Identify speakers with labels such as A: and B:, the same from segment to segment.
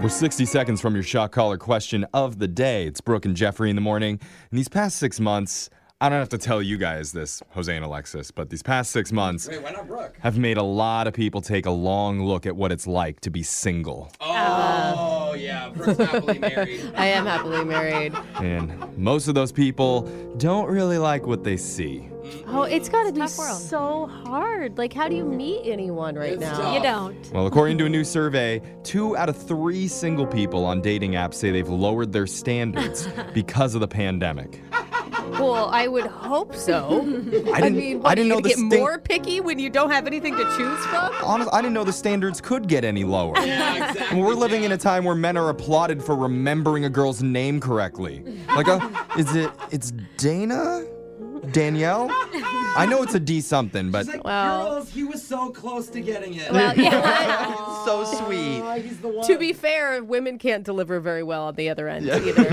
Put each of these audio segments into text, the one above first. A: We're 60 seconds from your shot caller question of the day. It's Brooke and Jeffrey in the morning. In these past six months, I don't have to tell you guys this, Jose and Alexis, but these past six months
B: Wait, why not Brooke?
A: have made a lot of people take a long look at what it's like to be single.
C: Uh,
B: Oh, yeah. Brooke's happily married.
D: I am happily married.
A: And most of those people don't really like what they see.
D: Oh, it's got to be
C: tough world.
D: so hard. Like, how do you meet anyone right
B: It's
D: now?
B: tough.
A: Oh.
C: You don't.
A: Well, according to a new survey, two out of three single people on dating apps say they've lowered their standards because of the pandemic.
D: Well, I would hope so.
A: I didn't,
D: mean, what,
A: I didn't
D: you
A: know the
D: gonna get
A: sta-
D: more picky when you don't have anything to choose from.
A: Honest, I didn't know the standards could get any lower.
B: Yeah, exactly.
A: And we're living in a time where men are applauded for remembering a girl's name correctly. Like, uh is it? It's Dana, Danielle. I know it's a D something, but
B: She's like,
D: Well.
B: girls, he was so close to getting it.
D: Well, yeah.
A: so sweet.
B: Aw, he's the one.
D: to be fair, women can't deliver very well on the other end either.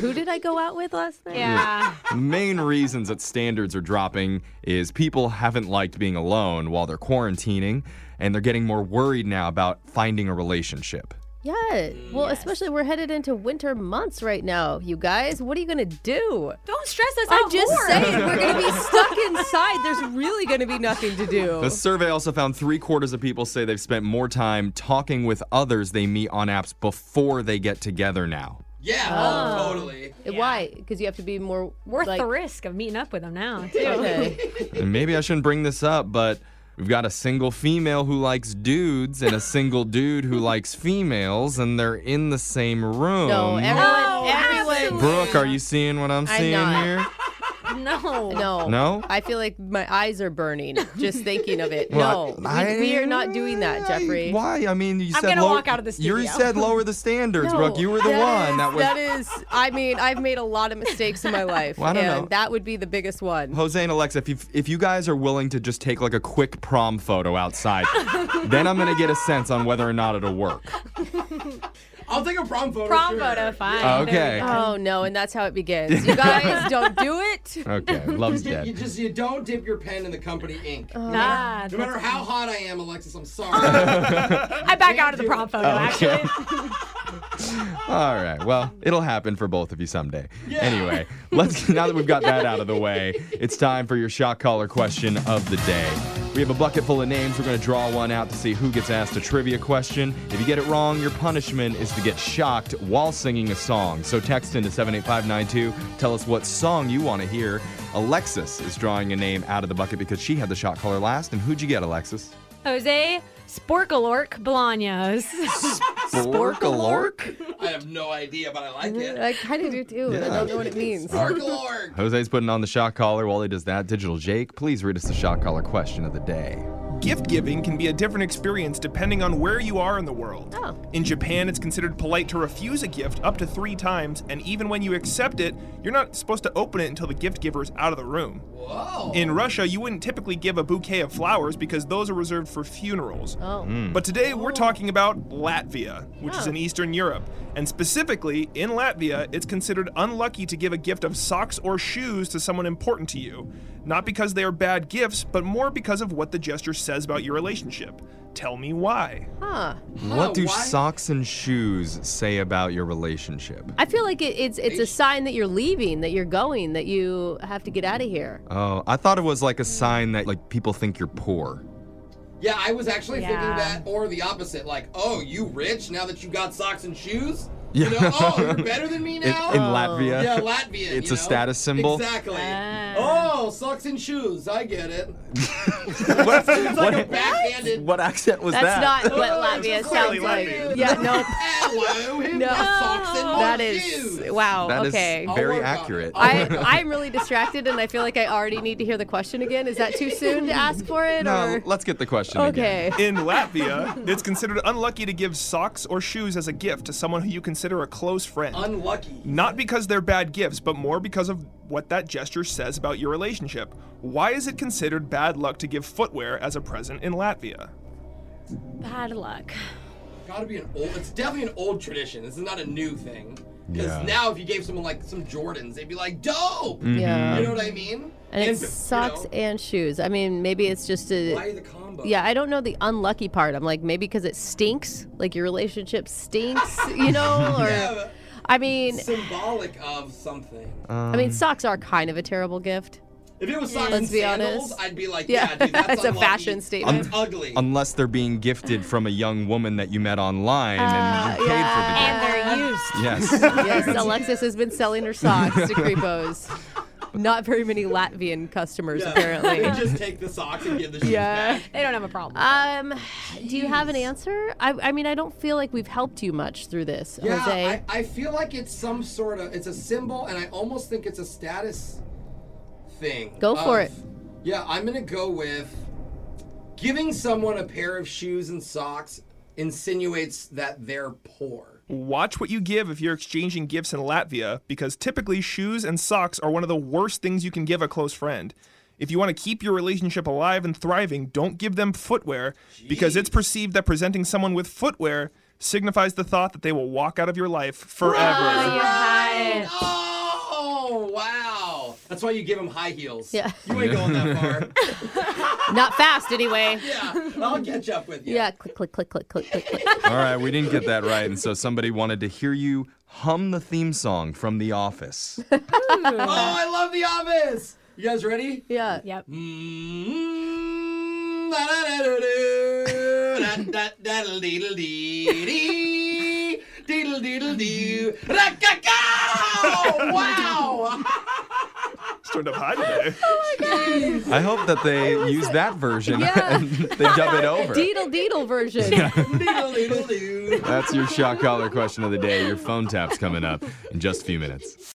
D: Who did I go out with last night?
C: Yeah.
A: The main reasons that standards are dropping is people haven't liked being alone while they're quarantining, and they're getting more worried now about finding a relationship.
D: Yeah. Well, especially we're headed into winter months right now, you guys. What are you gonna do?
C: Don't stress us out.
D: I'm just
C: more.
D: saying we're gonna be stuck inside. There's really gonna be nothing to do.
A: The survey also found three quarters of people say they've spent more time talking with others they meet on apps before they get together now.
B: Yeah,
C: uh,
B: oh, totally.
D: Why? Because you have to be more
C: Worth
D: like,
C: the risk of meeting up with them now. too.
D: Okay.
A: And maybe I shouldn't bring this up, but we've got a single female who likes dudes and a single dude who likes females, and they're in the same room.
D: No,
C: No,
D: everyone, everyone.
C: absolutely.
A: Brooke, are you seeing what I'm
D: I'm
A: seeing
D: not.
A: here?
C: No.
D: No.
A: No?
D: I feel like my eyes are burning just thinking of it.
A: Well,
D: no.
A: I-
D: we, we are not doing that, Jeffrey.
A: Why? I mean, you
C: I'm
A: said
C: gonna
A: lower,
C: walk out of the
A: You
C: studio.
A: said lower the standards,
D: No,
A: Brooke. You were the
D: that
A: one
D: is-
A: that was.
D: That is, I mean, I've made a lot of mistakes in my life.
A: Well, I don't
D: and
A: know.
D: that would be the biggest one.
A: Jose and Alexa, if you, if you guys are willing to just take like a quick prom photo outside, then I'm gonna get a sense on whether or not it'll work.
B: I'll take a prom photo.
C: Prom
B: sure.
C: photo, fine.
A: Okay.
C: There we go.
D: Oh, no. And that's how it begins. You guys don't do it.
A: Okay, love's
B: You, you
A: dead.
B: just you don't dip your pen in the company
C: Oh,
B: ink.
D: Oh.
C: Nah,
B: no matter how hot I am, Alexis, I'm
C: Oh.
B: sorry.
C: I back out of the prom
A: Oh,
C: photo, actually.
A: All right. Well, it'll happen for both of you someday.
B: Yeah.
A: Anyway, let's now that we've got that out of the way, it's time for your shock collar question of the day. We have a bucket full of names. We're going to draw one out to see who gets asked a trivia question. If you get it wrong, your punishment is to get shocked while singing a song. So text into 78592. Tell us what song you want to hear. Alexis is drawing a name out of the bucket because she had the shock collar last. And who'd you get, Alexis?
C: Jose Sporkalork Bolaños.
A: Sporkalork?
B: I have no idea, but I like it.
D: I kind of do too. I don't know what it means.
B: Sparkalorg.
A: Jose's putting on the shock collar while he does that. Digital Jake, please read us the shock collar question of the day.
E: Gift giving can be a different experience depending on where you are in the world.
D: Oh.
E: In Japan, it's considered polite to refuse a gift up to three times, and even when you accept it, you're not supposed to open it until the gift giver is out of the room.
B: Whoa.
E: In Russia, you wouldn't typically give a bouquet of flowers because those are reserved for funerals.
D: Oh.
E: But today we're talking about Latvia, which is
D: Oh.
E: in Eastern Europe. And specifically, in Latvia, it's considered unlucky to give a gift of socks or shoes to someone important to you. Not because they are bad gifts, but more because of what the gesture says about your relationship. Tell me why.
D: Huh.
A: What do
B: why-
A: socks and shoes say about your relationship?
D: I feel like it, it's it's a sign that you're leaving, that you're going, that you have to get out of here.
A: Oh, I thought it was like a sign that like people think you're poor.
B: Yeah, I was actually thinking
C: Yeah.
B: that, or the opposite. Like, oh, you rich now that you got socks and shoes?
A: Yeah.
B: You know, oh, you're better than me
A: In, in
B: now?
A: Latvia.
B: yeah, Latvian.
A: It's
B: you
A: a
B: know?
A: status symbol.
B: Exactly.
C: Ah.
B: Oh, socks and shoes. I get it.
A: what,
B: It's
A: what-
B: like a backhanded.
A: what accent was
D: That's
A: that?
D: not what
B: Oh,
D: Latvia
B: it's
D: sounds
E: clearly
D: like.
E: Latvian.
D: Yeah, no.
B: Hello, who
D: No.
B: got socks and
D: That
B: more
D: is
B: shoes?
D: wow.
A: That is
D: okay.
B: I'll
A: very
B: work on it.
A: accurate.
B: I'll
D: I, I'm really distracted and I feel like I already need to hear the question again. Is that too soon to ask for it?
A: no,
D: or
A: let's get the question
D: Okay.
E: In Latvia, it's considered unlucky to give socks or shoes as a gift to someone who you consider a close friend.
B: Unlucky.
E: Not because they're bad gifts, but more because of what that gesture says about your relationship. Why is it considered bad luck to give footwear as a present in Latvia?
C: Bad luck.
B: Gotta be an old. It's definitely an old tradition. This is not a new thing. Because
A: Yeah. Mm-hmm.
B: now, if you gave someone like some Jordans, they'd be like, dope.
D: Yeah.
B: You know what I mean?
D: And
B: you
D: it socks
B: know,
D: and shoes. I mean, maybe it's just a
B: Why the combo? combo.
D: Yeah, I don't know the unlucky part. I'm like maybe because it stinks, like your relationship stinks, you know, or
B: Yeah,
D: I mean,
B: symbolic of something.
D: I
A: Um.
D: mean, socks are kind of a terrible gift.
B: If it was socks
D: Let's
B: and
D: be
B: sandals,
D: honest.
B: I'd be like,
D: Yeah,
B: yeah, dude, that's
D: it's a
B: unlucky.
D: fashion statement.
B: It's ugly.
A: Unless they're being gifted from a young woman that you met online
D: Uh,
A: and you paid
C: And they're used.
A: for the gift. Yes.
D: Yes, Alexis has been selling her socks to creepos. Not very many Latvian customers
B: Yeah, they
D: apparently.
B: just take the socks and give the shoes
D: Yeah.
B: back.
C: They don't have a problem.
D: Um, do you have an answer? I, I mean, I don't feel like we've helped you much through this,
B: Yeah,
D: Jose.
B: I, I feel like it's some sort of it's a symbol, and I almost think it's a status thing.
D: Go for
B: of-
D: it.
B: Yeah, I'm gonna go with giving someone a pair of shoes and socks insinuates that they're poor.
D: Oh,
E: Watch what you give if you're exchanging gifts in Latvia, because typically shoes and socks are one of the worst things you can give a close friend. If you want to keep your relationship alive and thriving, don't give them footwear, because it's perceived that presenting someone with footwear signifies the thought that they will walk out of your life forever.
C: Right.
B: Oh wow! That's why you give them high heels.
D: Yeah.
B: you ain't going that far.
D: Not fast, anyway.
B: yeah, I'll catch up with you.
D: Yeah, click, click, click, click, click, click, click.
A: All right, we didn't get that right, and so somebody wanted to hear you hum the theme song from The Office.
B: Oh, I love The Office. You guys ready?
D: Yeah.
C: Yep.
B: Mm, da-da-da-da-do, da-da-da-da-dee-da-dee-dee, dee-da-dee-da-dee, ra-ka-ka! Wow!
E: It's turned up high today.
A: I hope that they use that version and they dub it over.
D: Deedle deedle version.
B: Diddle-diddle-doo.
A: That's your shock collar question of the day. Your phone tap's coming up in just a few minutes.